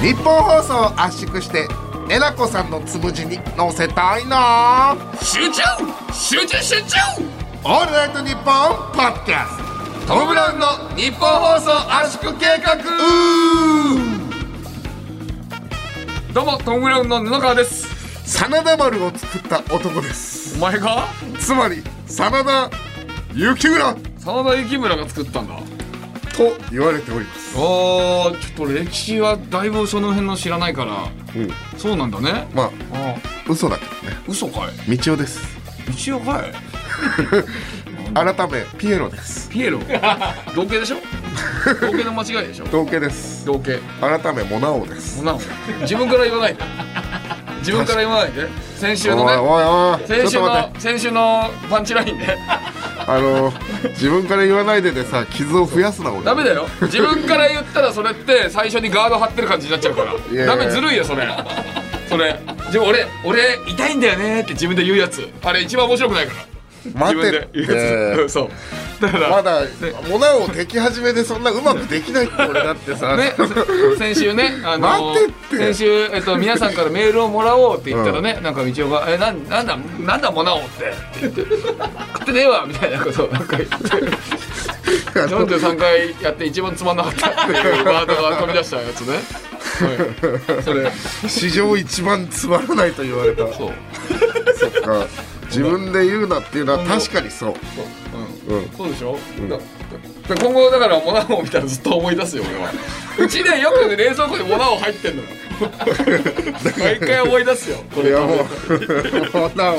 日本放送を圧縮してえなこさんのつむじに載せたいな集中集中集中オールナイトニッポンポッキャストム・ブラウンの日本放送圧縮計画どうもトム・ブラウンの布川です真田丸を作った男ですお前がつまり真田幸村真田幸村が作ったんだあと言われておりますーちょっと歴史はだいぶその辺の知らないからうんそうなんだねまあああ嘘だけどね嘘かいみちおです一応かい改めピエロですピエ ロ同型でしょ同型の間違いでしょ同系です同型改めモナオですそんなの自分から言わないで自分から言わないで先おい週のねおいおい先ち週ょっと待っの先週のパンチラインでてあの自分から言わないででさ傷を増やすな俺ダメだよ自分から言ったらそれって最初にガード張ってる感じになっちゃうからやいやダメずるいよそれそれ自分俺俺痛いんだよねって自分で言うやつあれ一番面白くないから自待分てで言っうやつ、て そうだからまだモナオでき始めでそんなうまくできないって俺だってさね、 先週ね、あの待ってって先週、えっと、皆さんからメールをもらおうって言ったらね、なんか道夫が「えなんなんだなんだもなおって」って言って「食ってねえわ」みたいなことをなんか言 って43回やって一番つまんなかったっていうワードが飛び出したやつね、はい、それ史上一番つまらないと言われたそう、が自分で言うなっていうのは確かにそううんそうでしょ、だだ今後だからモナオ見たらずっと思い出すよ俺はうちでよく冷蔵庫にモナオ入って んのよ毎回思い出すよこいれやもうモナオ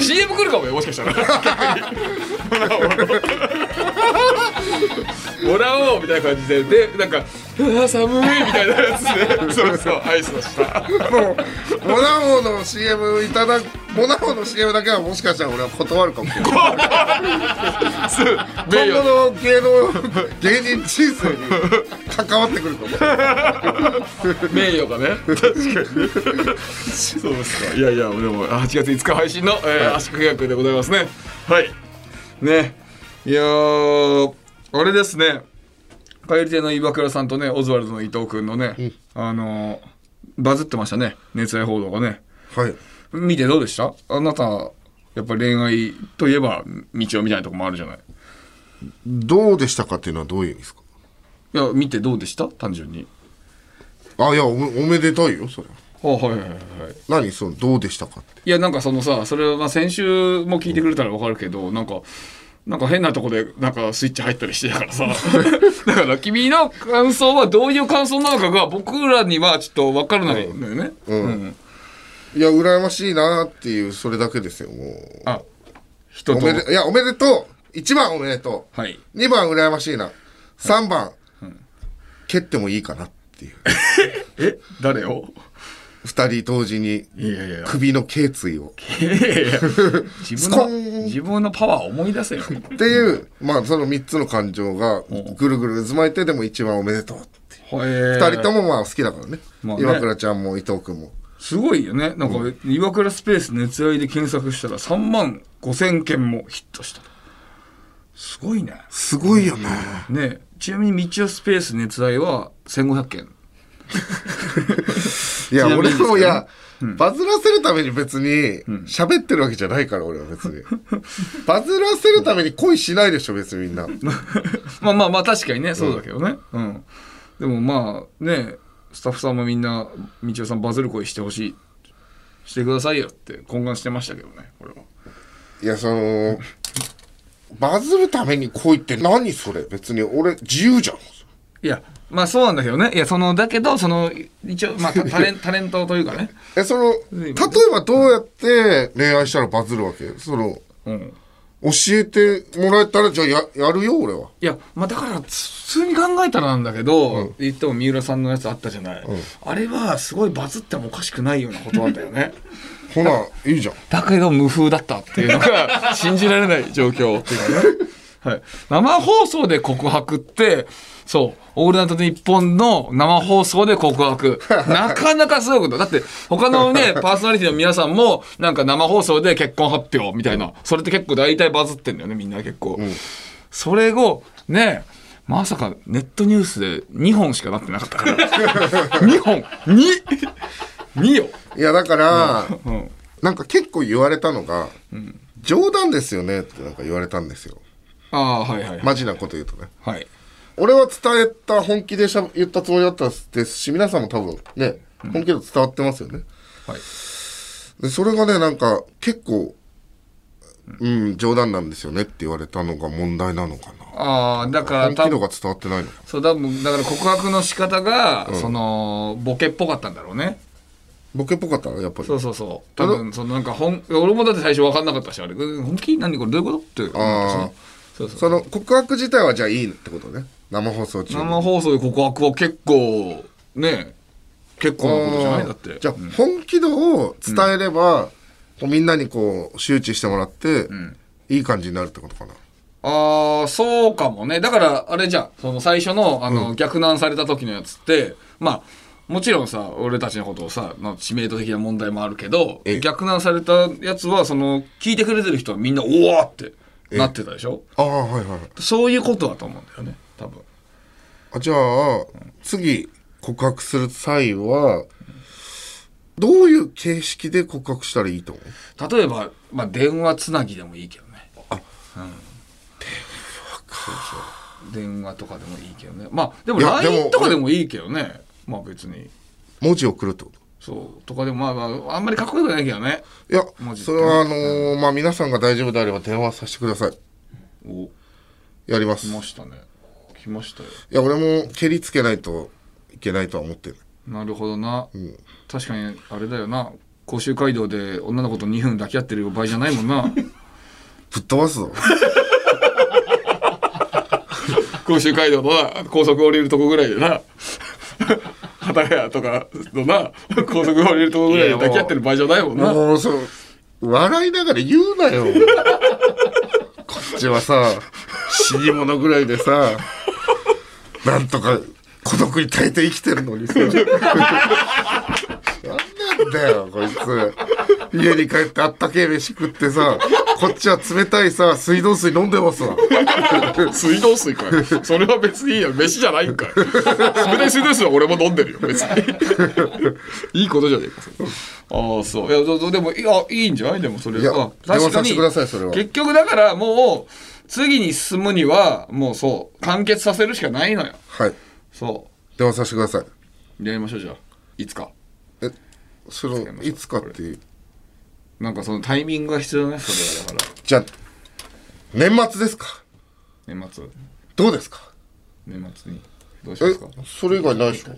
CM 来るかもよもしかしたら もらおうみたいな感じででなんか「うわ寒い」みたいなやつ でそうそうアイスの下もうモナオの CM いただモナオの CM だけはもしかしたら俺は断るかもしれないす名今誉後の芸能芸人人生に関わってくるかもし れない名誉がね確かにそうですかいやいやでもあ8月5日配信の、えー、圧縮計画でございますねはいねいやーあれですね蛙亭の岩倉さんとねオズワルドの伊藤君のね、あのーバズってましたね熱愛報道がねはい見てどうでしたあなたやっぱり恋愛といえば道をみたいなとこもあるじゃないどうでしたかっていうのはどういう意味ですかいや見てどうでした単純にあいやおめおめでたいよそれはあはいはいはいはい何そのどうでしたかっていやなんかそのさそれはまあ先週も聞いてくれたらわかるけどなんかなんか変なとこでなんかスイッチ入ったりしてたから さだから君の感想はどういう感想なのかが僕らにはちょっと分からないのよね、うんいや羨ましいなっていうそれだけですよもうあ人おとめでいやおめでとう1番おめでとう、はい2番羨ましいな3番、蹴ってもいいかなっていうえ誰を2人同時にいやい や首の頸椎をいやいや自分コのーン自分のパワーを思い出 せよっていう、まあその3つの感情がぐるぐる渦巻いてでも一番おめでとうっていう二2人ともまあ好きだからね,、まあね岩倉ちゃんも伊藤君もすごいよねなんか、岩倉スペース熱愛で検索したら3万5000件もヒットしたすごいねすごいよね、ねちなみに道夫スペース熱愛は1500件いやちなみに俺ですけどもいや、バズらせるために別に喋ってるわけじゃないから俺は別にバズらせるために恋しないでしょ別にみん なまあまあまあ確かにねそうだけどねうん、でもまあねスタッフさんもみんな道夫さんバズる声してほしいしてくださいよって懇願してましたけどねこれはいやそのバズるために恋って何それ別に俺自由じゃんいやまあそうなんだけどねいやそのだけどその一応ま あタタレンタレントというかねえその例えばどうやって恋愛したらバズるわけそのうん教えてもらえたらじゃあややるよ俺はいや、まあ、だから普通に考えたらなんだけど、言っても三浦さんのやつあったじゃない、あれはすごいバズってもおかしくないようなことなんだよ ねほないいじゃんだけど無風だったっていうのが信じられない状況っていうのはね、はい、生放送で告白ってそう「オールナイトニッポン」の生放送で告白なかなかすごいことだって他のねパーソナリティの皆さんもなんか生放送で結婚発表みたいなそれって結構大体バズってんだよねみんな結構。それをねまさかネットニュースで2本しかなってなかったから2本 2!2 よ、いやだから、うん、なんか結構言われたのが、冗談ですよねってなんか言われたんですよ。ああはいはい、マジなこと言うとね。はい俺は伝えた、本気でしゃ言ったつもりだったですし、皆さんも多分ね、本気で伝わってますよね。はいでそれがね、なんか結構、うん、冗談なんですよねって言われたのが問題なのかな。ああだから本多気度分が伝わってないのか。そう多分だから告白の仕方が、そのボケっぽかったんだろうねボケっぽかったらやっぱり。そうそうそう多分そのなんか本俺もだって最初分かんなかったしあれうん本気何これどういうことってああそうそうその告白自体はじゃあいいってことね。生放送中に。生放送で告白は結構ね結構なことじゃないだってじゃあ、本気度を伝えれば、こうみんなにこう周知してもらって、いい感じになるってことかなああ、そうかもね。だから、あれじゃん、その最初の、あの、逆難された時のやつって、まあ、もちろんさ、俺たちのことをさ、まあ、知名度的な問題もあるけどええ、逆難されたやつは、その、聞いてくれてる人はみんな、おおってなってたでしょああはいはいそういうことだと思うんだよね、多分。あじゃあ次告白する際はどういう形式で告白したらいいと思う例えば、まあ、電話つなぎでもいいけどね。あ、うん。電話とかでもいいけどね。まあ、でもいやでも LINE とかでもいいけどね。まあ別に。文字を送るってこそう。とかでも、まあ、まあ、あんまりかっこよくないけどね。といや文字ってそれはあのーまあ皆さんが大丈夫であれば電話させてくださいお、やりま来すいましたね。来ましたよ。や俺も蹴りつけないといけないとは思ってるなるほどな。確かに、あれだよな。甲州街道で女の子と2分抱き合ってる場合じゃないもんな。 ぶっ飛ばすぞ甲州街道のな、高速降りるとこぐらいでな。 畑屋とかのな、高速降りるとこぐらいで抱き合ってる場合じゃないもんな。もうそう笑いながら言うなよ こっちはさ死に物ぐらいでさなんとか孤独に耐えて生きてるのにさなんなんだよこいつ家に帰ってあったけえ飯食ってさこっちは冷たいさ水道水飲んでますわ水道水かよ。それは別にいいや。飯じゃないんかい。冷たい水道水は俺も飲んでるよ、別に。いいことじゃねえか、それああ、そう。いや、どどでも、いや、いいんじゃないでも、それいやあ電話させてくださいそれは結局、だから、もう、次に進むには、もうそう、完結させるしかないのよ。はいそ。電話させてくださいうやりましょう、じゃあ。いつか。えそのいつかっていうなんかそのタイミングが必要だね、それはだか。じゃあ年末ですから年末、どうですか年末に。どうしまえすか、それ以外ないでしょ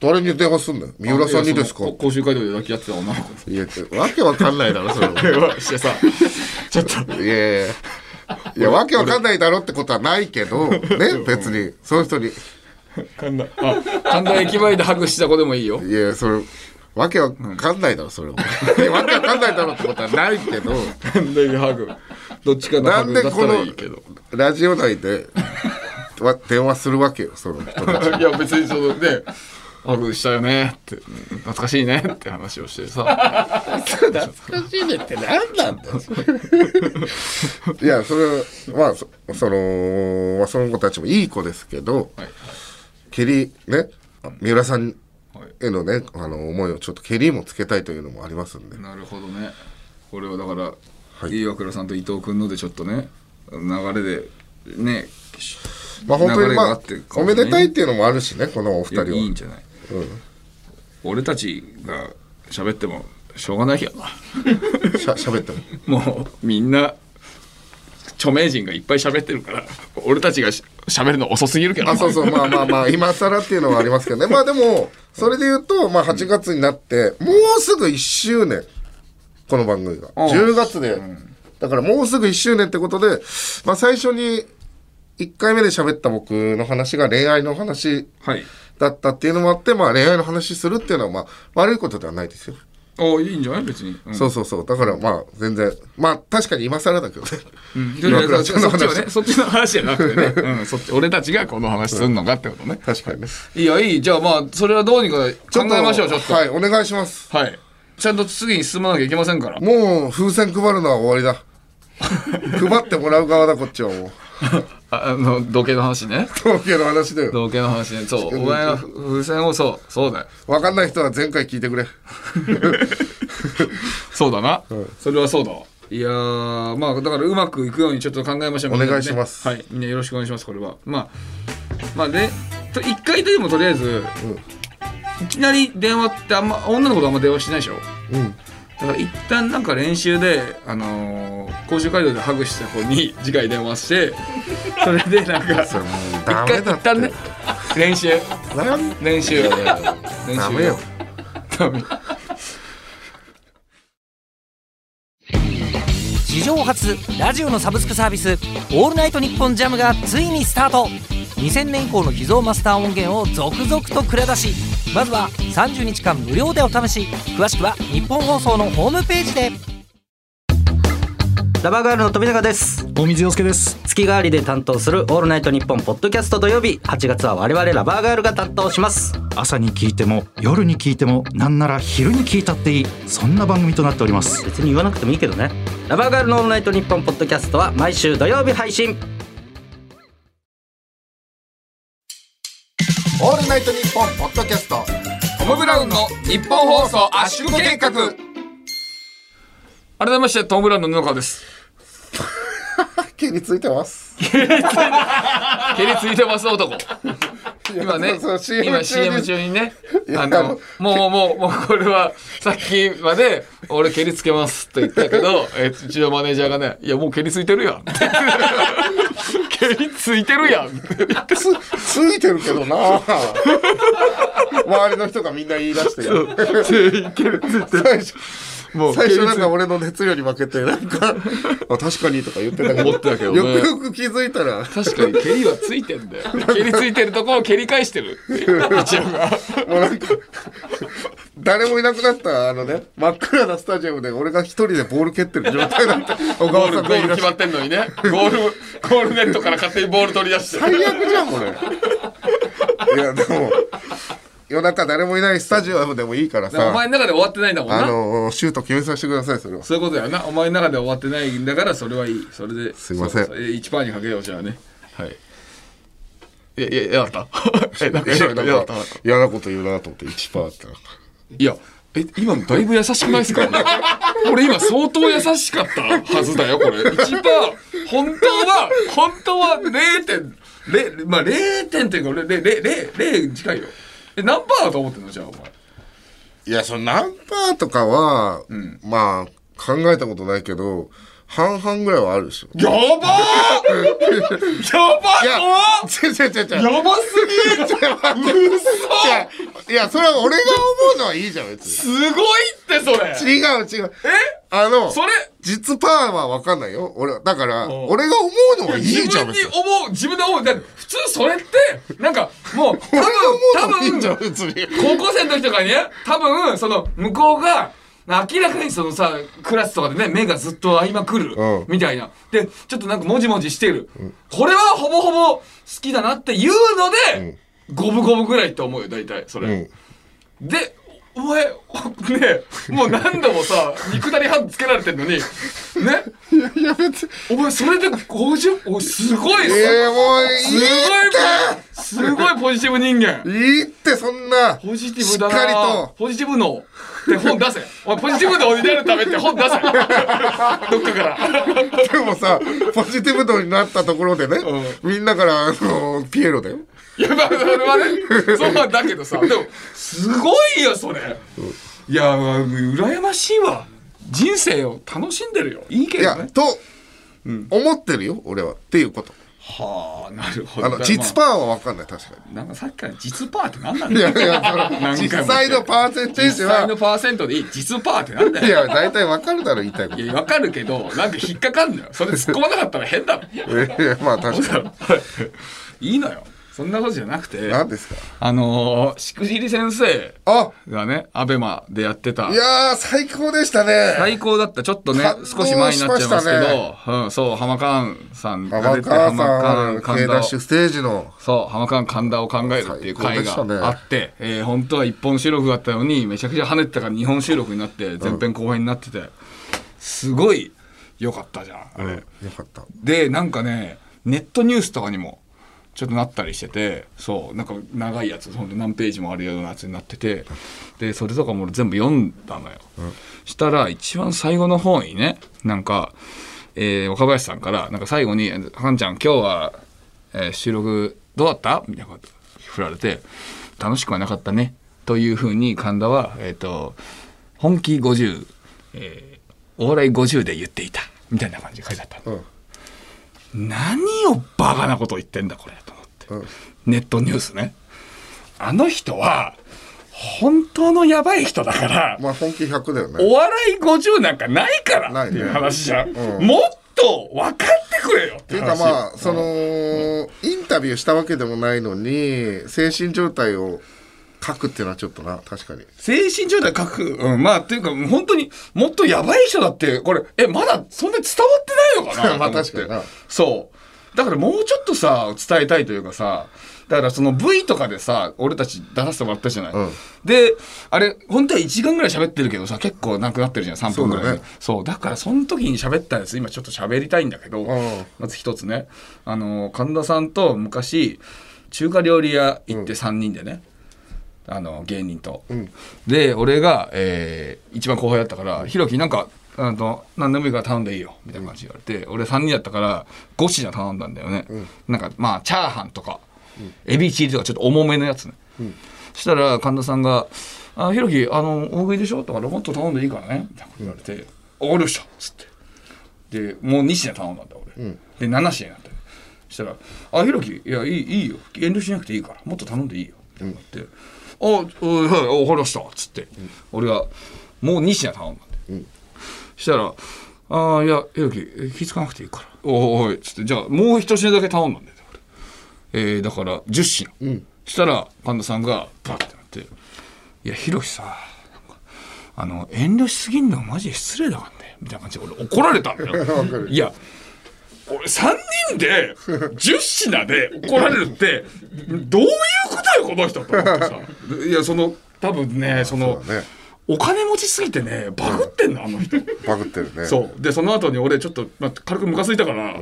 誰に電話すんのよ三浦さんにですかいやそのこ講習会で抱き合ってた女の子。いや、わけわかん ないだろ、それは。してさ、 ちょっと。いやいや。いや、わけわかんないだろってことはないけど、ね、別に。その人に。神田あ神田駅前でハグした子でもいいよいや、それ、わけわかんないだろ、それは。いやわけわかんないだろってことはないけど、神田駅ハグどっちかのなハんグでだったこらのいいけどラジオ内で、わ電話するわけよ、その人たち。いや別にそのねハグしたよねってうん懐かしいねって話をしてさ懐かしいねって何なんだよ。いや、それは、まあ、そその、まあ、その子たちもいい子ですけど、はい蹴りねあ三浦さんはいへのねあの思いをちょっと蹴りもつけたいというのもありますんでなるほどねこれはだから、い岩倉さんと伊藤君のでちょっとね流れでねまあ本当流にれがまああっておめでたいっていうのもあるしねこのおい二人やはいいんじゃない、俺たちが喋ってもしょうがないけどなしゃ喋ってももうみんな著名人がいっぱい喋ってるから俺たちがし喋るの遅すぎるけ どあそうそうまあまあまあ今更っていうのはありますけどねまあでもそれで言うと、まあ、8月になってもうすぐ1周年この番組がん10月でだからもうすぐ1周年ってことで、まあ、最初に1回目で喋った僕の話が恋愛の話はいだったっていうのもあって、まあ、恋愛の話するっていうのは、まあ、悪いことではないですよ、おいいんじゃない別に、うん、そうそうそうだからまあ全然まあ確かに今更だけどね、いやいや岩倉そさんのそっちは話ねそっちの話じゃなくてね、 うん、そっち俺たちがこの話するのかってことね、確かにねいやいいじゃあまあそれはどうにか考えましょうちょっとはいお願いしますはい、ちゃんと次に進まなきゃいけませんから もう風船配るのは終わりだ配ってもらう側だこっちはもうああの同型の話ね東京の話だよ同型の話ねそうお前が風船をそうそうだよ分かんない人は前回聞いてくれそうだな、それはそうだわいやーまあだからうまくいくようにちょっと考えましょうお願いしますみんなでねはいみんなよろしくお願いしますこれはまあまあでと一回でもとりあえず、いきなり電話ってあんま女の子とあんま電話しないでしょうんだから一旦なんか練習で、あのー、甲州街道でハグした子に次回電 話してそれでなんかそれもう一ダ回メ一だって旦ね練習なん練習練習ダメよダメ史上初ラジオのサブスクサービス「オールナイトニッポンジャムがついにスタート2000年以降の秘蔵マスター音源を続々と蔵出しまずは30日間無料でお試し詳しくは日本放送のホームページでラバーガールの富永です大水洋介です。月替わりで担当する「オールナイトニッポン」ポッドキャスト土曜日8月は我々ラバーガールが担当します朝に聞いても夜に聞いてもなんなら昼に聞いたっていいそんな番組となっております。別に言わなくてもいいけどねラバーガールの「オールナイトニッポン」ポッドキャストは毎週土曜日配信「オールナイトニッポン」ポッドキャストトム・ブラウンの日本放送圧縮計画改めましてトム・ブラウンの布川です毛についてます蹴りついてます男今ねそうそう今 CM 中に中にねいやああののもうもうもうこれはさっきまで「俺蹴りつけます」と言ったけど えうちのマネージャーがね「いやもう蹴りついてるやん」 蹴りついてるやん」つついてるけどな周りの人がみんな言い出してる最初もう蹴最りつ初なんか俺の熱量に負けてなんか「あ確かに」とか言ってたけど思ってたけどねよくよく気づいたら確かに蹴りはついてんだよ蹴りついてるとこを蹴り返してるっていう一応がもうなんか誰もいなくなったあのね真っ暗なスタジアムで俺が一人でボール蹴ってる状態だった小ゴー川ルさんゴがー言い出ル決しまてってんのにねゴールゴールネットから勝手にボール取り出して最悪じゃんこれいやでも夜中誰もいないスタジアムでもいいからおさ前の中で終わってないんだもんあなのシュート決めさせてくださいそれはそういうことやな。お前の中で終わってないんだから、それはいい。それで。すいませんそうそうえ1パーにかけよう、じゃあね。はい。いや、いや、やだったえ、なんか、いややだった。なんか嫌なこと言うなと思って1パーってなんかいや、え、今のだいぶ優しくないですか俺俺今相当優しかったはずだよ、これ。1パー、本当は、本当は0点、0、まあ0点っていうか、俺0、0、0近いよ。え、何パーだと思ってんのじゃあ、お前。いやその何パーとかは、まあ考えたことないけど半々ぐらいはあるでしょやばー いや違う違う違う違うやば怖っやばすぎるうっいそやいや、それは俺が思うのはいいじゃん、別すごいってそれに。違う違う。えあの、それ実パーは分かんないよ。俺は、だから、俺が思うのはいい自じゃん、分別にに。思う自分で思うだって普通それってなんかもう多分俺が多思うのはいい分じゃん、別に。高校生の時とかにね多分その向こうが明らかにそのさクラスとかでね目がずっと合いまくる、うんみたいなでちょっとなんかもじもじしてる、これはほぼほぼ好きだなっていうので、五分五分ぐらいって思うよ大体それ。うんで、お前、 ねえもう何度もさ、肉体半つけられてんのに、ね、いや、別に。お前それで50、おいすごいえっすー、もういすごいいってすごいポジティブ人間いいって、そんな。ポジティブだなしっかりとポジティブ脳って本出せお前ポジティブ脳になるためって 本出せどっかからでもさ、ポジティブ度になったところでね、みんなから、あの、ピエロだよ。いやまあそれはねそうなんだけどさでもすごいよそれ、いやまあ羨ましいわ人生を楽しんでるよいいけいどやね、と、思ってるよ、俺は。っていうこと。はあなるほどあの、実パーは分かんない、確かに。なんかさっきから実パーって何なんいだやよいや、そ何の回も言って実際のパーセンテー実ジは際の、パーセントでいい実パーってなんだいよや、大体わかるだろ、言いたいこと。いいやわかるけどなんか引っかかんのよそれ突っ込まなかったら変だろやまあ、確かに。いいのよそんなことじゃなくて何ですかあのー、しくじり先生あがねアベマでやってたいやー、最高でしたね。最高だったちょっとね感動少し前になっちゃいますけどしまうん、そう浜寛さんが浜出て川さ浜ん、寛 K 神田ダをッシュステージの、そう浜川神田を考えるっていう最会高でしたねがあって、えー本当は一本収録だったのにめちゃくちゃ跳ねてたから二本収録になって前編後編になっててすごい良かったじゃんあれ、よかった。でなんかねネットニュースとかにもちょっとなったりしててそうなんか長いやつほんで何ページもあるようなやつになっててでそれとかも俺全部読んだのよ、したら一番最後の方にねなんか、えー若林さんからなんか最後に「はんちゃん今日は、えー収録どうだった?」みたいなこと振られて「楽しくはなかったね」というふうに神田は、えー、と本気50、えーお笑い50で言っていたみたいな感じで書いてあったの。うん何をバカなこと言ってんだこれと思って、ネットニュースねあの人は本当のやばい人だから、まあ本気100だよねお笑い50なんかないからっていう話じゃん、ないねうんもっと分かってくれよっってていう話かまあそのインタビューしたわけでもないのに精神状態を書くっていうのはちょっとな確かに精神状態書く、うん、まあっていうか本当にもっとやばい人だってこれえまだそんなに伝わってないのかなまあと思って 確かになそうだからもうちょっとさ伝えたいというかさだからその V とかでさ俺たち出させてもらったじゃない、うんであれ本当は1時間ぐらい喋ってるけどさ結構なくなってるじゃん3分ぐらいそうでだねそうだからその時に喋ったやつ今ちょっと喋りたいんだけど、んまず一つねあの神田さんと昔中華料理屋行って3人でね、あの芸人と、で俺が、えー一番後輩だったから「ひろきなんかあの何でもいいから頼んでいいよ」みたいな感じで言われて、俺3人だったから5品頼んだんだよね、なんかまあチャーハンとか、エビチリとかちょっと重めのやつね、そしたら神田さんが「あひろきあの大食いでしょ?」とか「ロボット頼んでいいからね」みたいなこと言われて「あわかりました」っつって。でもう2品頼んだんだ俺、で7品になったよそしたら「あひろきいやいいいいよ遠慮しなくていいからもっと頼んでいいよ」って言って「あおいはいおわかりました」っつって、俺がもう2品頼んだんだよ、そしたら「ああいやひろきえ気づかなくていいからおいおい」っつって「じゃあもう1品だけ頼んだんだよ俺」えーだから10品、そしたら神田さんがバッてなって「いやひろきさあの遠慮しすぎんのマジで失礼だからね」みたいな感じで俺怒られたんだよいや俺3人で10品で怒られるってどういうことよこの人と思ってさいやその多分ねそのそうだねお金持ちすぎてねバグってんのあの人。バグってるねそうでその後に俺ちょっと、まあ、軽くムカついたから、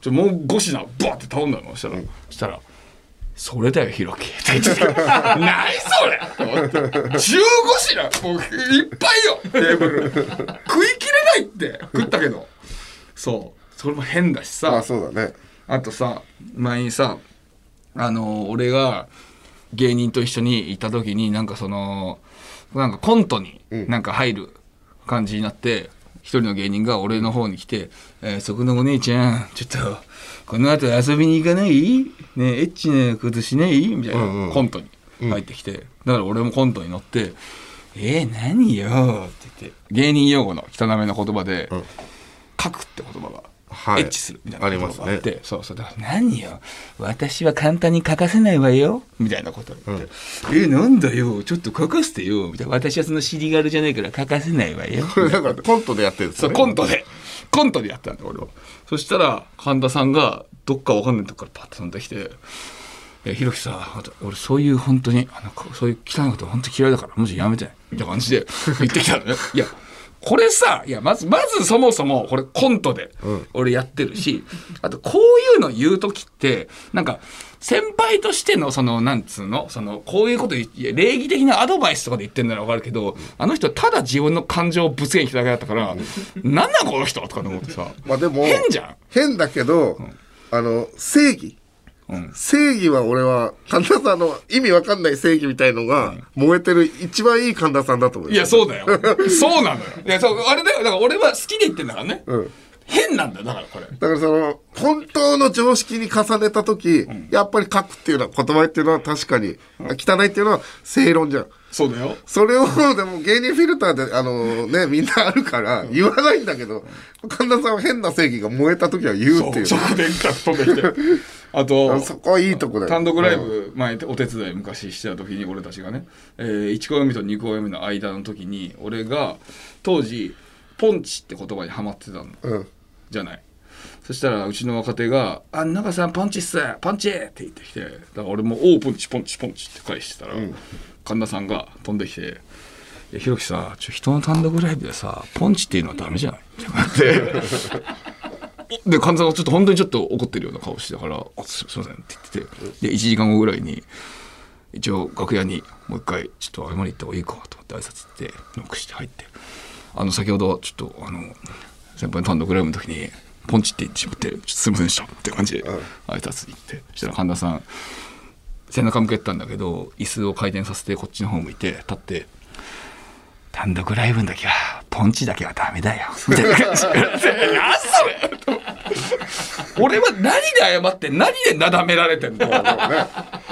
ちょもう5品バーって頼んだのそしたら、そしたら「それだよひろき」って言って た何それ!」と思って15品もういっぱいよテーブル食い切れないって食ったけどそうそれも変だしさ、まあそう だねあとさ前にさあの俺が芸人と一緒にいた時になんかそのなんかコントになんか入る感じになって、一人の芸人が俺の方に来て「えーそこのお姉ちゃんちょっとこの後遊びに行かないねえエッチなことしない?」みたいな、んうんコントに入ってきて、だから俺もコントに乗って「えー、何よ」って言って芸人用語の汚めの言葉で「書く」って言葉が。はいエッチするみたいなことがあっありますて、ねそうそうだから何よ私は簡単に書かせないわよみたいなこと言って、えなんだよちょっと書かせてよみたいな私はその尻軽じゃないから書かせないわよこれだからコントでやってるんです そようねコントでコントでやってたんだ俺はそしたら神田さんがどっかわかんないとこからパッと飛んできて「えひろきさあと俺そういう本当にあのこそういう汚いこと本当嫌いだからもしやめて」みたいな感 じで言ってきたのねいやこれさいやまずまずそもそもこれコントで俺やってるし、あとこういうの言う時ってなんか先輩としてのそのなんつうのそのこういうこと言いや礼儀的なアドバイスとかで言ってんならわかるけどあの人はただ自分の感情をぶつけに来ただけだったからなんなんこの人とかと思ってさまあでも変じゃん変だけど、あの正義、うん正義は俺は神田さんの意味わかんない正義みたいのが燃えてる一番いい神田さんだと思ういいや、そうだよ。そうなのよ。いや、そう、あれだよ。だから俺は好きで言ってんだからね。うん変なんだよ、だからこれ。だからその本当の常識に重ねた時、やっぱり書くっていうのは言葉っていうのは確かに、汚いっていうのは正論じゃんそうだよ。それをでも芸人フィルターであのねみんなあるから言わないんだけど神田さんは変な正義が燃えた時は言うっていうそそうそこでガッと飛んできて。あと、こはいいとこだよ単独ライブ前お手伝い昔してた時に俺たちがね、えー、1公演目と2公演目の間の時に俺が当時ポンチって言葉にハマってたのうんじゃないそしたらうちの若手が「あ中さんパンチっすパンチ!」って言ってきてだから俺も「おうポンチポンチポンチ」って返してたら、神田さんが飛んできて「いやひろきさちょ人の単独ライブでさポンチっていうのはダメじゃない?」って言われておで、神田さんがちょっと本当にちょっと怒ってるような顔してたから、あすすいませんって言ってて、で、1時間後ぐらいに、一応楽屋にもう一回、ちょっと謝りに行った方がいいかと思って挨拶行って、ノックして入って、あの、先ほど、ちょっと、あの、先輩の単独ライブの時に、ポンチって言ってしまって、ちょっとすいませんでしたって感じで挨拶行って、そしたら神田さん、背中向けてたんだけど椅子を回転させてこっちの方向いて立って「単独ライブの時はポンチだけはダメだよ」みたいな感じで「何それ!」 俺は何で謝って何でなだめられてん だ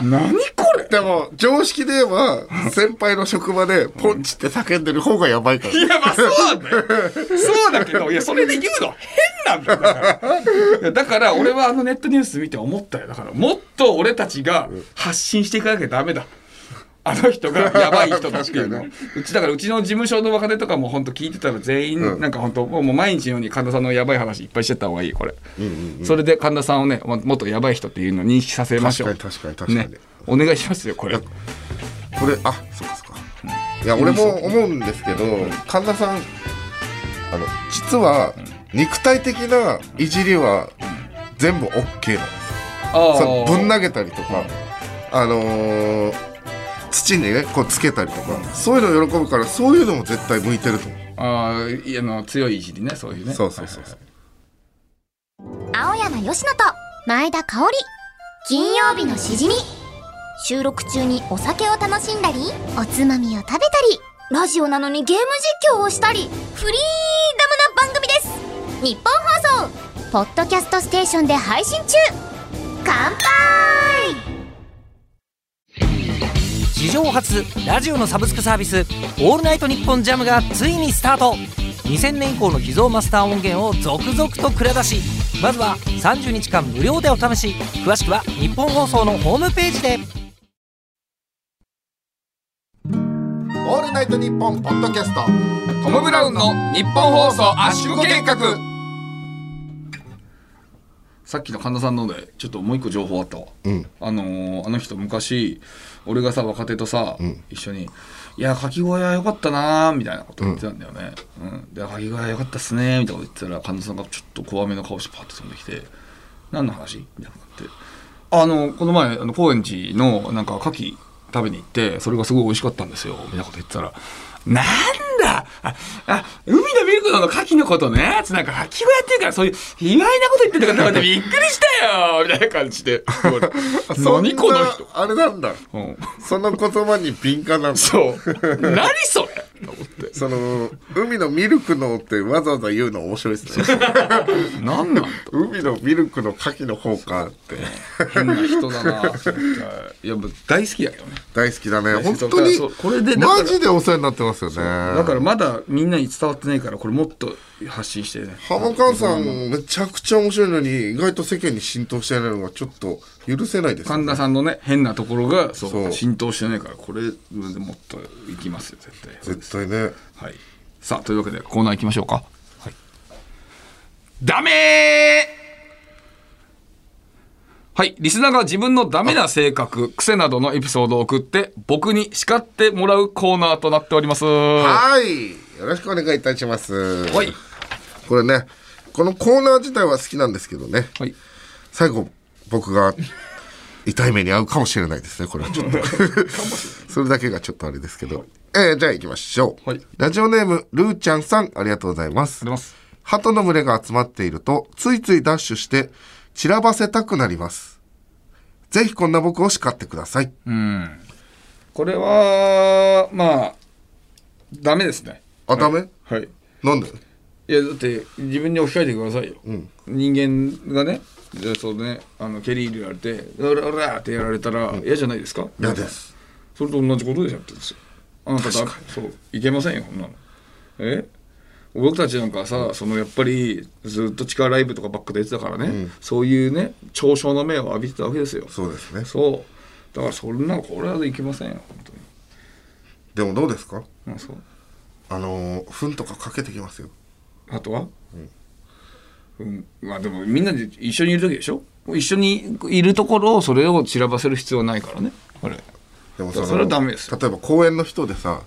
何これでも常識で言えば先輩の職場でポンチって叫んでる方がやばいから、いやまあそうなんだよそうだけどいやそれで言うの変なんだよだからいやだから俺はあのネットニュース見て思ったよだからもっと俺たちが発信していかなきゃダメだあの人がやばい人だっていうのうちだからうちの事務所の若手とかも本当聞いてたら全員なんか本当もうもう毎日のように神田さんのやばい話いっぱいしてった方がいいこれ、それで神田さんをねももっとやばい人っていうのを認識させましょう確かに確かに確かにね、お願いしますよこれこれあそうかそうか、いや俺も思うんですけど、神田さんあの実は肉体的ないじりは全部 OK なんですあそのぶんな投げたりとか、あのー土にねこうつけたりとか、そういうの喜ぶからそういうのも絶対向いてると思う、あーいやあの強い意地にねそういうねそうそうそうそう青山吉野と前田香織金曜日のしじみ収録中にお酒を楽しんだりおつまみを食べたりラジオなのにゲーム実況をしたりフリーダムな番組です日本放送ポッドキャストステーションで配信中乾杯史上初ラジオのサブスクサービス「オールナイトニッポンジャムがついにスタート2000年以降の秘蔵マスター音源を続々と蔵出しまずは30日間無料でお試し詳しくは日本放送のホームページでオールナイトニッポンポッドキャストトム・ブラウンの日本放送圧縮計画さっきの神田さんのでちょっともう一個情報あったわ、あのーあの人昔俺がさ若手とさ、一緒に「いやかき小屋良かったな」みたいなこと言ってたんだよね「うんでかき小屋良かったっすね」みたいなこと言ってたら神田さんがちょっと怖めの顔してパッと飛んできて「何の話?」みたいなこと言ってあのこの前あの高円寺のなんか牡蠣食べに行ってそれがすごい美味しかったんですよみたいなこと言ってたら「なんだああ海のミルクの牡蠣のことね」つなんか牡蠣小屋っていうからそういう意外なこと言ってるからってびっくりしたよみたいな感じ で「そんな何この人」あれなんだうん、その言葉に敏感なんだそう何それと思 ってその海のミルクのってわざわざ言うの面白いですね何なんだ海のミルクの牡蠣の方かって変な人だなと思っていやもう大好きだけどね大好きだね本そう当にそうこれでだからマジでお世話になってますよねだからまだみんなに伝わってないからこれもっと発信してねハマカンさんめちゃくちゃ面白いのに意外と世間に浸透してないのがちょっと許せないですよね神田さんのね変なところがそうそう浸透してないからこれもっといきますよ絶対絶対ねはいさあというわけでコーナー行きましょうか、ダメーはい。リスナーが自分のダメな性格、癖などのエピソードを送って、僕に叱ってもらうコーナーとなっております。ははいよろしくお願いいたしますい。これねこのコーナー自体は好きなんですけどねはい。最後僕が痛い目に遭うかもしれないですねこれはちょっ とそれだけがちょっとあれですけど、えーじゃあ行きましょう、はいラジオネームルーちゃんさんありがとうございます出ます。鳩の群れが集まっているとついついダッシュして散らばせたくなりますぜひこんな僕を叱ってください、これは、まあ、ダメですね。あダメ、はい。なんでいやだって自分に置き換えてくださいよ、人間がねじゃあそうねあの蹴り入れられて「うらうら」ってやられたら嫌じゃないですか嫌ですそれと同じことでしょってんですよあなただそういけませんよこんなのえ僕たちなんかさそのやっぱりずっと地下ライブとかばっかでやってたからね、そういうね嘲笑の目を浴びてたわけですよそうですねそうだからそんなのこれはいけませんよ本当にでもどうですかまあそうあのー、糞とかかけてきますよあとは、うんまあでもみんなで一緒にいる時でしょ一緒にいるところをそれを散らばせる必要はないからねあれでもそれはダメですよ例えば公園の人でさ、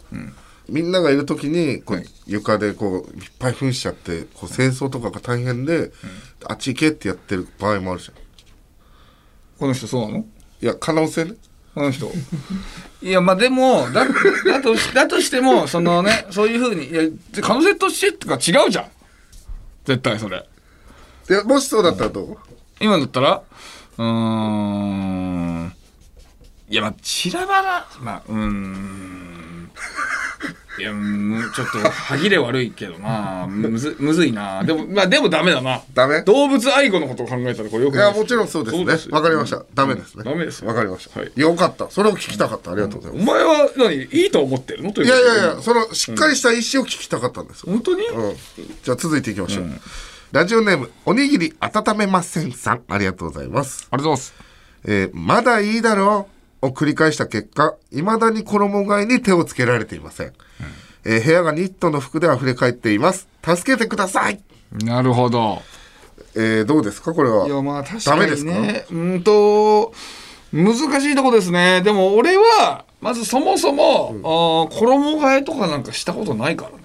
みんながいる時にこう、はい床でこういっぱい噴しちゃってこう清掃とかが大変で、あっち行けってやってる場合もあるじゃんこの人そうなのいや可能性ねこの人。 いや、まあでも、だ、だとし、だ としても、そのね、そういうふうに、いや、可能性としてとか違うじゃん。絶対それ。いやもしそうだったらどう、今だったら、うーん。いや、まあ、散らばら、まあ、うーん。いや、うんちょっと、歯切れ悪いけどな。むず、むずいな。でも、まあ、でもダメだな。ダメ動物愛護のことを考えたら、これよくいないやもちろんそうそうでですすねわかりましたダメですねダメですよわかりました、はいよかったそれを聞きたかったありがとうございおます、前は何、いいと思ってるのといういことやいでやいやそのしっかりした意思を聞きたかったんですよ、本当に、うんじゃあ続いていきましょう、ラジオネームおにぎり温めませんさんありがとうございますありがとうございます。えーまだいいだろうを繰り返した結果、未だに衣替えに手をつけられていません。えー部屋がニットの服で溢れ返っています。助けてください。なるほど。えーどうですかこれは。いや、まあ確ダかメですにかね。うんと、難しいとこですね。でも俺は、まずそもそも、あー衣替えとかなんかしたことないからね。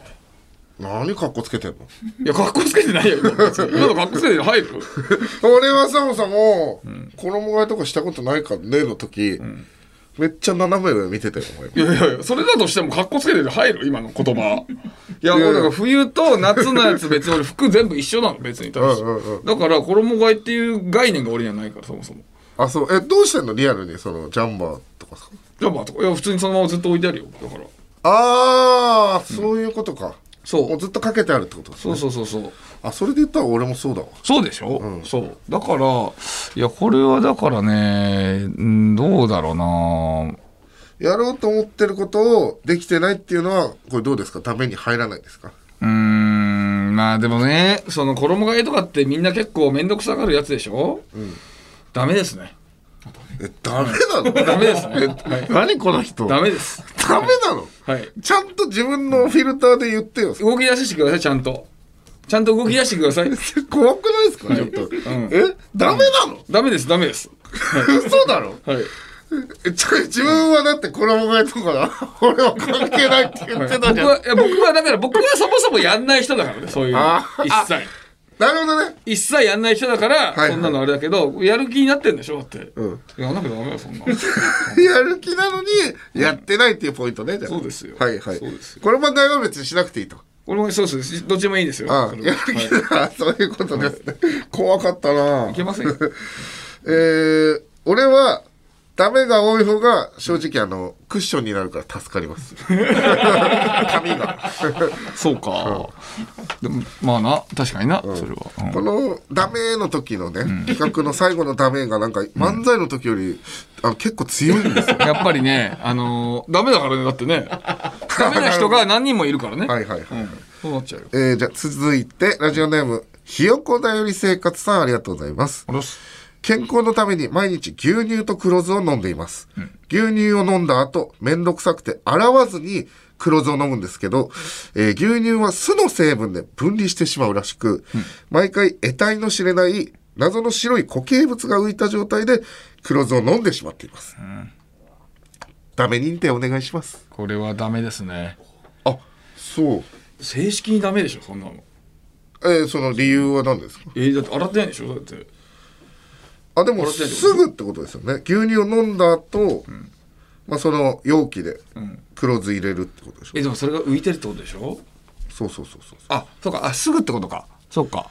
何格好つけてんのいや、格好つけてないよ、今別に今の格好つけて入 る俺はそもそも、衣替えとかしたことないからねの時、めっちゃ斜め上見てたよ、お前いやいやいや、それだとしても格好つけて入る今の言葉。いや、いやもうだから冬と夏のやつ別に俺服全部一緒なの、別に。だからうんうんうん衣替えっていう概念が俺にはないから、そもそも。あ、そう。え、どうしてんのリアルに、その、ジャンバーとかさ。じゃあまあ、いや、普通にそのままずっと置いてあるよ。だから。あー、そういうことか。そうもうずっとかけてあるってことですそねうそうそうそう。あ、それで言ったら俺もそうだわ。そうでしょ、そう。だから、いや、これはだからね、うんどうだろうなやろうと思ってることをできてないっていうのはこれどうですかために入らないですかうーん、まあでもね、その衣替えとかってみんな結構めんどくさがるやつでしょダメですね。えダメなのダメ ですね。え何この人ダメです。ダメなのはい。ちゃんと自分のフィルターで言ってよ動き出してください、ちゃんと。ちゃんと動き出してください。怖くないですかちょっと、んえ ダメなの、ダメです、ダメです。嘘だろはい。えちょ自分はだって衣替えとか 俺は関係ないって言っはいて僕たじゃん、は、いや僕はだから僕はそもそもやんない人だからね、そういうのあー一切。なるほどね一切やんない人だから、はいそんなのあれだけど、やる気になってんでしょだって。うんやんなきゃダメよ、そんな。やる気なのにやってないっていうポイントね、じゃあそうですよはいはいそうですよ衣替えは別にしなくていいと俺もそうです。どっちもいいですよ。あそれやはる気はいな、そういうことですね、怖かったないけませんよ。えー、俺はダメが多い方が正直あのクッションになるから助かります 髪が そうか。でもまあな、確かにな、それは。うんこのダメの時のね、企画の最後のダメがなんか漫才の時より、あの結構強いん ですよやっぱりね、あのーダメだからね、だってね。ダメな人 が何人もいるからね。はいはいはい、そうなっちゃうよ。えー、じゃあ続いてラジオネームひよこだより生活さんありがとうございますあらす。健康のために毎日牛乳と黒酢を飲んでいます、牛乳を飲んだ後めんどくさくて洗わずに黒酢を飲むんですけど、えー牛乳は酢の成分で分離してしまうらしく、毎回得体の知れない謎の白い固形物が浮いた状態で黒酢を飲んでしまっています、ダメ認定お願いしますこれはダメですね。あそう正式にダメでしょ、そんなの。えーその理由は何ですかえーだって洗ってないでしょ、だって。あでも洗ってないってことすぐってことですよね牛乳を飲んだ後、まあその容器で黒酢入れるってことでしょえ、でもそれが浮いてるってことでしょそうそうそうそう。あ、そうか、あ、すぐってことか。そうか。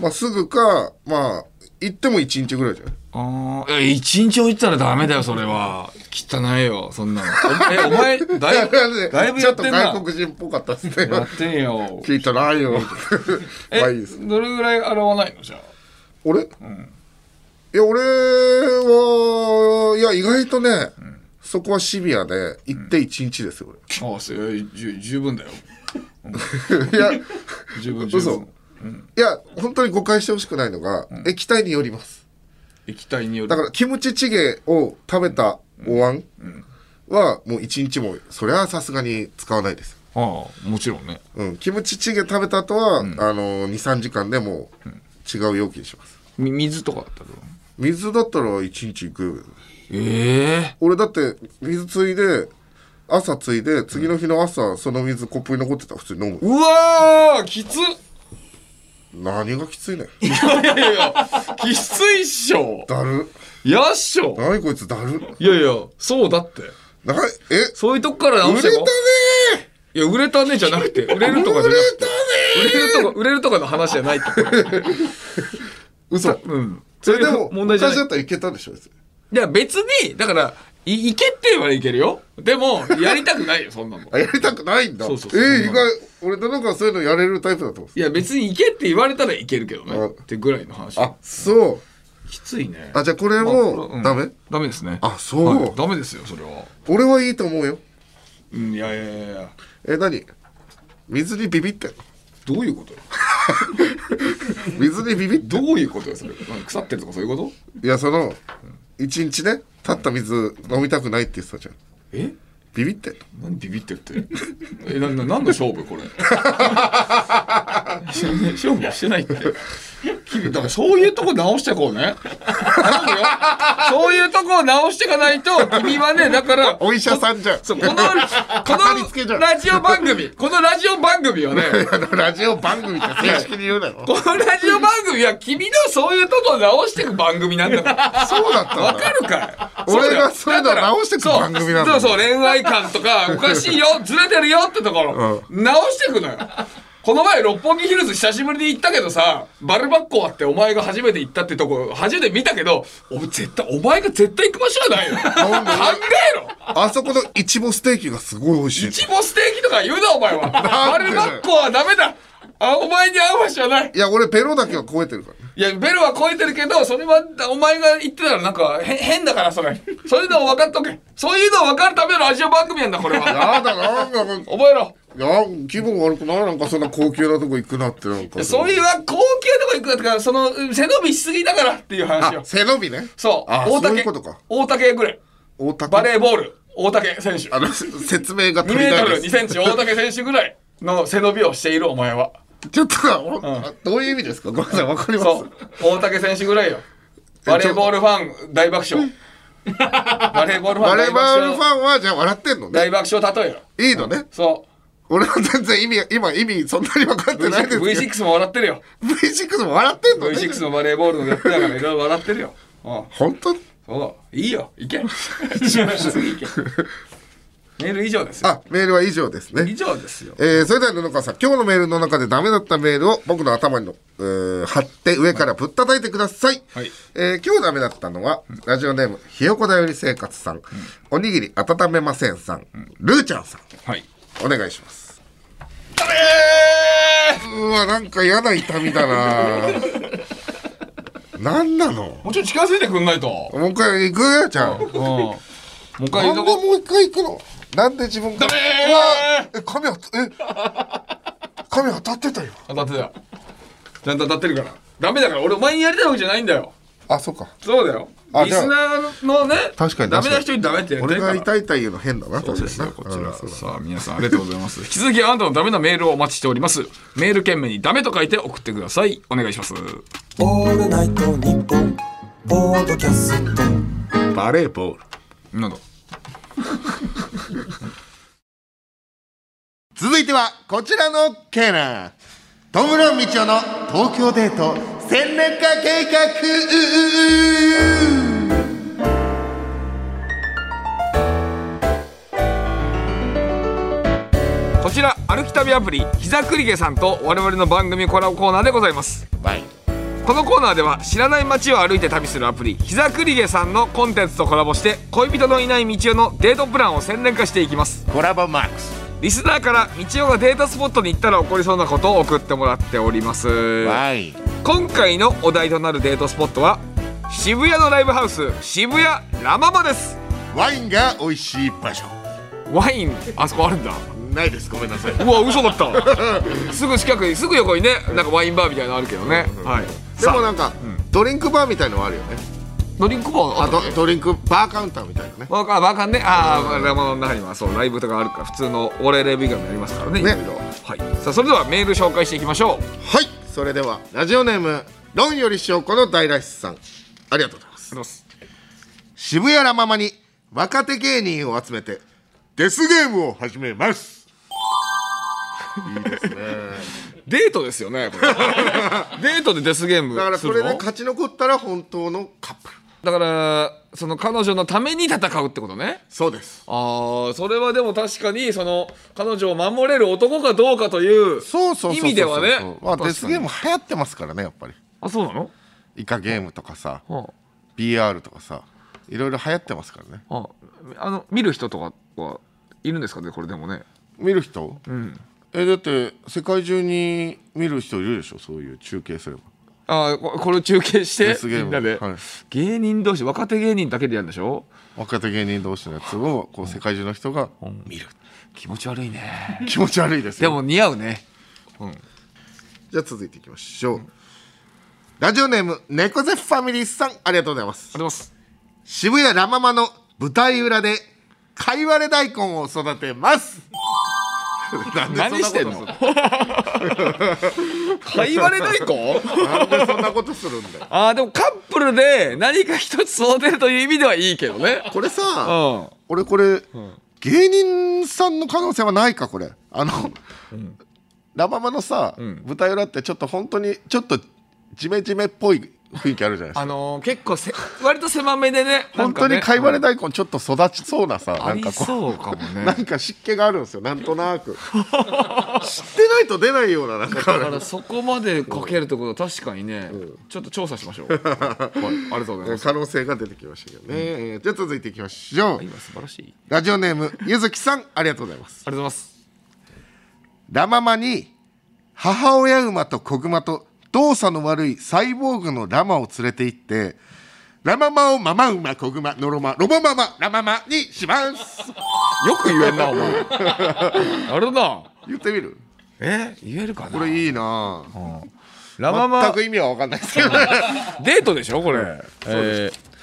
まあ、すぐか、まあ、行っても1日ぐらいじゃないああ、いや一日置いてたらダメだよ、それは。汚いよ、そんなの。え、お前、 だいぶ、 だいぶちやょっっとてんな。外国人っぽかったっすね。やってんよ。聞いたない よ。え、まあいいです。どれぐらい洗わないのじゃあ。俺、いや、俺は、いや、意外とね、そこはシビアで、行って1日ですよ、ああ、それ十十分だよ。俺。いや、い十分、十嘘分。や、本当に誤解してほしくないのが、液体によります。液体による。だから、キムチチゲを食べたお椀は、もう1日も、それはさすがに使わないですよ。ああ、もちろんね。うん、キムチチゲ食べた後は、あの23時間でもう違う容器にしますみ水とかだったらどう。水だったら1日いくよええ俺だって水ついで朝ついで次の日の朝その水コップに残ってたら普通に飲むうわーきつっ何がきついねんいやいやきついっしょだるやっしょ何こいつだるいやいやそうだってなえそういうとこから売直れしたてねこいや売れたねじゃなくて売れるとかじゃなくて売れるとか売れるとかの話じゃないって嘘うんそそれれででもも問 問題題じじゃゃなないいだったらいけたんでしょ別にいや別にだからいいけって言えばいけるよでもやりたくないよそんなのあやりたくないんだそうそうそうえー意外俺となんかそういうのやれるタイプだと思ういや別にいけって言われたらいけるけどあねってぐらいの話あそうきついねあじゃあこれもダメ、ダメですねあそうはいダメですよそれは俺はいいと思うようんいやいやいやいやえ何水にビビってんのどういうことよ水にビビってんどのういうことよそれなんか腐ってるとかそういうこといやその一日ね立った水飲みたくないって言ってたじゃんえビビってんの何ビビってるって えなな何の勝負これ 勝負してないって君だからそういうとこ直してこうね頼むよそういうとこを直していかないと君はねだからお医者さんじゃんそうこの語こりつけじゃのんラジオ番組このラジオ番組はねラジオ番組って正式に言うなよこのラジオ番組は君のそういうとこを直していく番組なんだからそうだったんだわかるかい俺がそういうのをだから直してく番組なんだそうそうそう恋愛観とかおかしいよずれてるよってところ、直してくのよこの前六本木ヒルズ久しぶりに行ったけどさバルバッコあってお前が初めて行ったってとこ初めて見たけどお絶対お前が絶対行く場所はないよんで考えろあそこのいちごステーキがすごい美味いしいちごステーキとか言うなお前はなバんでルバッコはダメだあお前に合う場所はないいや俺ペロだけは超えてるからいや、ベルは超えてるけど、それは、お前が言ってたらなんか、へ変だから、それ。そういうのを分かっとけ。そういうのを分かるためのラジオ番組なんだ、これ は。 やだなんかい覚 えろ。や気分悪くないなんかそんな高級なとこ行くなってなんかそういうは高級なとこ行くだから、その、うん背伸びしすぎだからっていう話あよ。背伸びねそう。あ大そういう竹ことか。大竹ぐらい。大竹バレーボール。大竹選手。あ2のせ説明が足りメーなトいル2ですセンチ、大竹選手ぐらいの背伸びをしている、お 前は。ちょっとおあどういう意味ですかごめんなさいわかりまそすう。大竹選手ぐらいよ。バレーボールファン大爆 笑。バレーボールファバンレ大ー爆ボール笑フ。ァンはじゃあ笑ってんのね大爆笑例えよ。いいのねそ俺は全然意味今意味そんなに分かっう。てないですけ V6 も笑ってるよ。ど V6 も笑ってんのね V6 のバレーボールのやってだからいろいろ笑ってるよ。うん。本当そう。いいよ。いけ。次行け。メール以上ですよ。あメールは以上ですね以上ですよ。えー、それでは布川さん今日のメールの中でダメだったメールを僕の頭にの、えー貼って上からぶったたいてください、はいえー今日ダメだったのは、ラジオネームひよこだより生活さん、おにぎり温めませんさん、ルーちゃんさんはい。お願いしますうわなんか嫌な痛みだな なんなのもうちょい近づいてくんないと。もう一回行くよちゃんうん。もう一回なん言でうとこ。もう一回行くのなんで自分からダメーうわえ髪はえ髪当たってたよ当たってたよ。ちゃんと当たってるから。ダメだから。俺お前にやりたいわけじゃないんだよ。あそうかそうだよ。あリじゃあスナーのね、確かにダメな人にダメってやりた俺いかがら。痛い痛い言うの変だなそう確ですかになよこちらうんそうださあ皆さんありがとうございます 引き続きあなたのダメなメールをお待ちしておりますメール件名にダメと書いて送ってくださいお願いしますオールナイトニッポンポッドキャストバレーボールなんだ続いてはこちらのケーナートムロン道夫の東京デート戦略化計画こちら歩き旅アプリ膝くりげさんと我々の番組コラボコーナーでございますはいこのコーナーでは知らない街を歩いて旅するアプリ膝くりげさんのコンテンツとコラボして恋人のいないみちおのデートプランを洗練化していきますコラボマックスリスナーからみちおがデートスポットに行ったら起こりそうなことを送ってもらっておりますい今回のお題となるデートスポットは渋谷のライブハウス渋谷ラママですワインが美味しい場所ワインあそこあるんだないですごめんなさいうわ嘘だったすぐ近くにすぐ横にねなんかワインバーみたいなのあるけどね、はいでもさなんか、ドリンクバーみたいのはあるよねあドリンクバーああったドドリンクバーカウンターみたいなねバーカーバーカーねあー、まあラママの中にはそうライブとかあるから普通のお礼レビューがありますからねねいろいろはいさあそれではメール紹介していきましょうはいそれではラジオネームロンより証拠の大来さんありがとうございますありがとうございます渋谷ラママに若手芸人を集めてデスゲームを始めますデートですよね これデートでデスゲームだからすこるれので勝ち残ったら本当のカップルだからその彼女のために戦うってことねそうですああそれはでも確かにその彼女を守れる男かどうかというそうそうそうそう意味ではねまあ、確かにデスゲーム流行ってますからねやっぱりあそうなのイカゲームとかさは BR とかさいろいろ流行ってますからねあはああの見る人とかはいるんですかねこれでもね見る人、うんえだって世界中に見る人いるでしょそういう中継すればああここれを中継しデてスゲーみムんなで、はい芸人同士若手芸人だけでやるんでしょ若手芸人同士のやつをこう世界中の人が見る気持ち悪いね気持ち悪いです でよも似合うねじゃあ続いていきましょう、ラジオネーム猫背ファミリーさんありがとうございますあります渋谷ラママの舞台裏でかいわれ大根を育てます なんでそんなこと何してんのかいわれ大根 なんでそんなことするんだよあーでもカップルで何か一つ育てるという意味ではいいけどねこれうさん俺これ、芸人さんの可能性はないかこれあの、ラママのさ、舞台裏ってちょっと本当にちょっとジメジメっぽい雰囲気あるじゃないですあかのー結構せ割と狭めでね本当にかいわれだ大根ちょっと育ちそうなさ、あなんりかこうそうかもねなんか湿気があるんですよなんとな く知ってないと出ないようななんだかからそこまでかけるってことは確かにね、ちょっと調査しまし ょう、はい、ありがとうございます可能性が出てきましたけどね、えーじゃあ続いていきましょう、今素晴らしいラジオネーム ゆずきさんありがとうございますありがとうございますラママに母親馬と子熊と動作の悪いサイボーグのラマを連れて行ってラママをママ馬子熊ノロマロボママラママにし ますよく言えんなお前あれだ な言ってみるえ言えるかなこれいいなぁラママ全く意味は分かんないですけどねデートでしょこれ、えー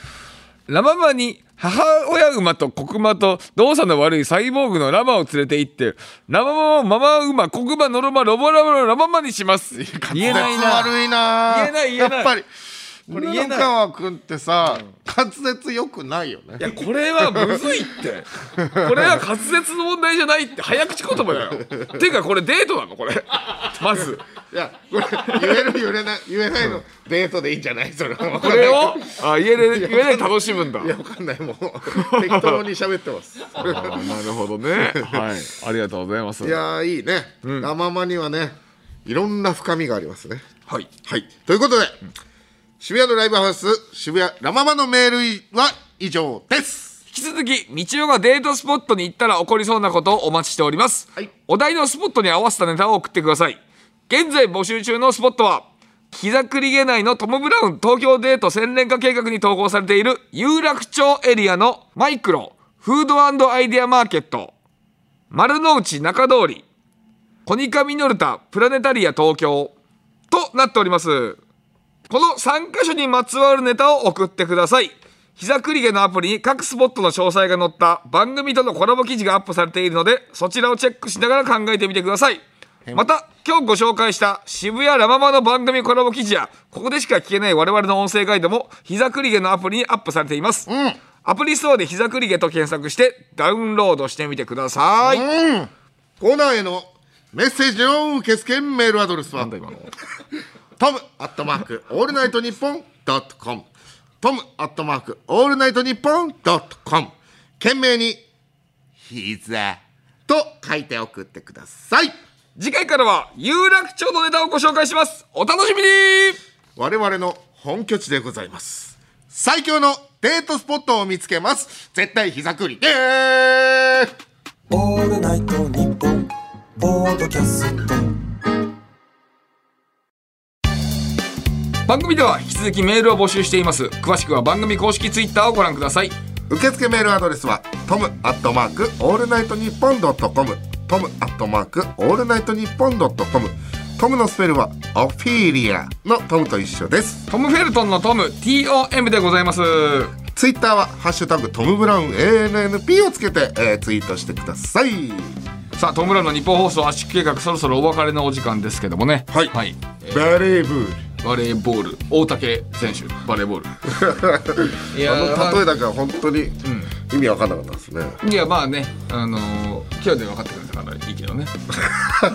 ラママに母親馬と子熊と動作の悪いサイボーグのラマを連れて行ってラママをママ馬子熊ノロマロボラボララママにし ます 言えないな滑舌悪いなぁ言えない言えないやっぱりこれれ言えない布川君ってさ滑舌よくないよねいやこれはむずいってこれは滑舌の問題じゃないって早口言葉だよていうかこれデートなのこれまずいやこれ言える言えない言えないのデートでいいんじゃないそれはこれをあ家で家で楽しむんだいや分かんないもう適当に喋ってます あーなるほどねはいありがとうございますいやーいいね、ラママにはねいろんな深みがありますねはいはいということで、渋谷のライブハウス渋谷ラママのメールは以上です引き続き、みちおがデートスポットに行ったら起こりそうなことをお待ちしております。はいお題のスポットに合わせたネタを送ってください。現在募集中のスポットは、膝栗毛内のトム・ブラウン東京デート洗練化計画に投稿されている有楽町エリアのマイクロフードアイデアマーケット、丸の内中通り、コニカミノルタプラネタリア東京となっております。この3箇所にまつわるネタを送ってください。膝栗毛のアプリに各スポットの詳細が載った番組とのコラボ記事がアップされているので、そちらをチェックしながら考えてみてください。また、今日ご紹介した渋谷ラママの番組コラボ記事や、ここでしか聞けない我々の音声ガイドも、膝栗毛のアプリにアップされています。アプリストアで膝栗毛と検索して、ダウンロードしてみてください。コーナーへのメッセージの受付メールアドレスはトムアットマークオールナイトニッポンドットコムトムアットマークオールナイトニッポンドットコム懸命に「膝」と書いて送ってください次回からは、有楽町のネタをご紹介します。お楽しみに我々の本拠地でございます最強のデートスポットを見つけます絶対膝くりでーオールナイトニッポンポードキャスト番組では引き続きメールを募集しています詳しくは番組公式ツイッターをご覧ください受付メールアドレスはトムアットマークオールナイトニッポンドットコムトムアットマークオールナイトニッポンドットコムトムのスペルはオフィリアのトムと一緒ですトム・フェルトンのトム TOM でございますツイッターは「ハッシュタグトムブラウン ANNP」をつけて、えーツイートしてくださいさあトム・ブラウンの日本放送圧縮計画そろそろお別れのお時間ですけどもねはいはい、えバレーブーーバレーボール大竹選手バレーボールいあや のー例えだから本当に意味わかんなかったですね。いやまあねあのー今日で分かってくるんですからいいけど ね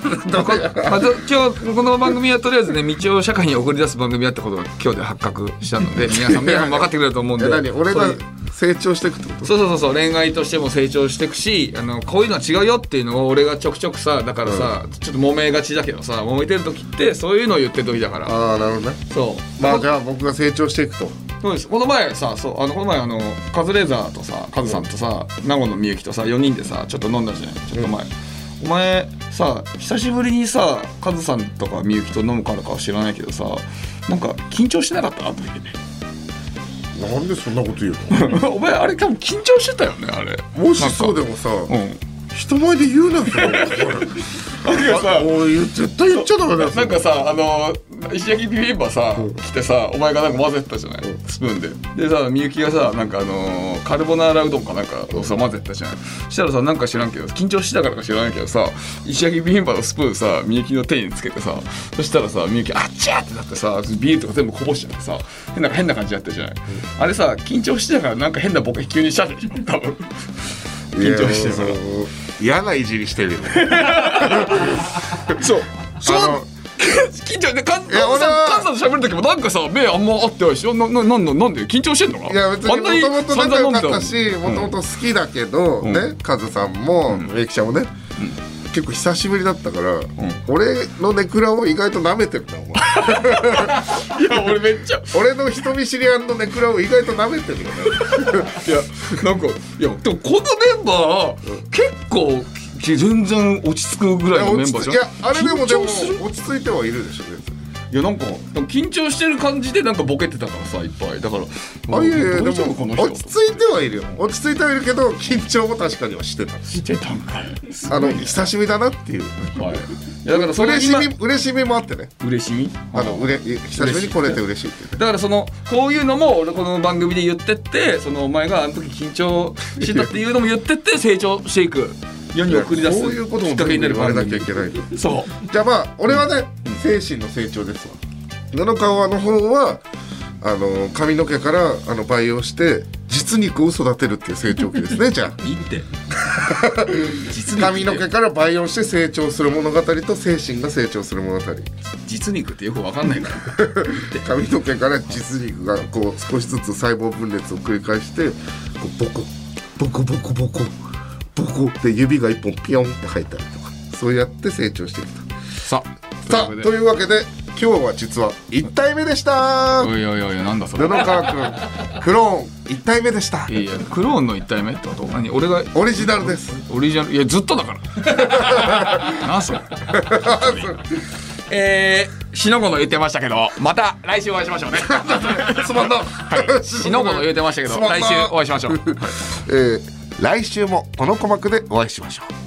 まず今日この番組はとりあえずね道を社会に送り出す番組だってことが今日で発覚したので皆さん皆さん分かってくれると思うんえ、で何俺そうがいう成長していくってことそうそうそうそう恋愛としても成長していくしあのこういうのは違うよっていうのを俺がちょくちょくさだからさ、ちょっと揉めがちだけどさ揉めてる時ってそういうのを言ってる時だからああ、なるほどね。そうまあじゃあ僕が成長していくと。そうですこの前さそうあのこの前あのカズレーザーとさカズさんとさ名護のみゆきとさ4人でさちょっと飲んだじゃないちょっと前、お前さ久しぶりにさカズさんとかみゆきと飲むからかは知らないけどさなんか緊張してなかったって 言なんでそんなこと言うってお前あれ多分緊張してたよねあれのもしそうでもさ、うん人前で言 うなって思うなんかさあおい絶対言っちゃダメだよ。なんかさあの石焼きビビンバさ、来てさお前がなんか混ぜてたじゃない、スプーンででさみゆきがさなんかあのーカルボナーラうどんかなんかをさ混ぜてたじゃないそしたらさなんか知らんけど緊張してたからか知らないけどさ石焼きビビンバのスプーンさみゆきの手につけてさそしたらさみゆきあっちゃーってなってさビールとか全部こぼしちゃってさ変な変な感じやったじゃない、あれさ緊張してたからなんか変なボケ急にしたでしょ多分緊張してるからいやもう嫌ないじりしてるよね。そうそうあの緊張でカズいやカズ俺はさんカズさんと喋る時もなんかさ目あんま合ってないでしょなななんのなんで緊張してんのかいや別あにんもなにともと散仲々飲良んかだったしもともと好きだけど、ねカズさんもメイキちゃんもね、結構久しぶりだったから、俺のネクラを意外と舐めてるなお前 いや俺めっちゃ俺の人見知りのネクラを意外と舐めてるよね いやなんかいやでもこのメンバー結構き全然落ち着くぐらいのメンバーじゃんいやあれでもでも緊張する落ち着いてはいるでしょ別にいやなんかなんか緊張してる感じでなんかボケてたからさいっぱいだからあいやいや大で丈夫このも人落ち着いてはいるよ落ち着いてはいるけど緊張も確かにはしてたしてたんかいあの久しぶりだなっていうはいいやだからそれ嬉し今み嬉しみもあってね嬉しみあのうれ久しぶりに来れて嬉しいっていうねだからそのこういうのも俺この番組で言ってってそのお前があの時緊張してたっていうのも言ってって成長していく世に送り出すそういうこときもっかけになる言われ番なきゃ組いけないじそうゃあまあ俺はね精神の成長ですわ野々川の方はあの髪の毛からあの培養して実肉を育てるっていう成長期です ねじゃあいい って実髪肉のっ毛てから培養して成長する物語と精神が成長する物語実肉ってよくわかんないから髪の毛から実肉がこう少しずつ細胞分裂を繰り返してこうボコボコボコボコボコって指が一本ピヨンって入ったりとかそうやって成長していくと。ささあいうこというわけで今日は実は1体目でしたでいやいやいやなんだそれ布川君クローン1体目でしたいやいやクローンの一体目ってこと何俺がオリジナルですオリジナルいやずっとだ からなあそれえー、しのごの言ってましたけどまた来週お会いしまし ょうねすまんな、しのごの言ってましたけどすまんな来週お会いしましょうえー来週もこの鼓膜でお会いしましょう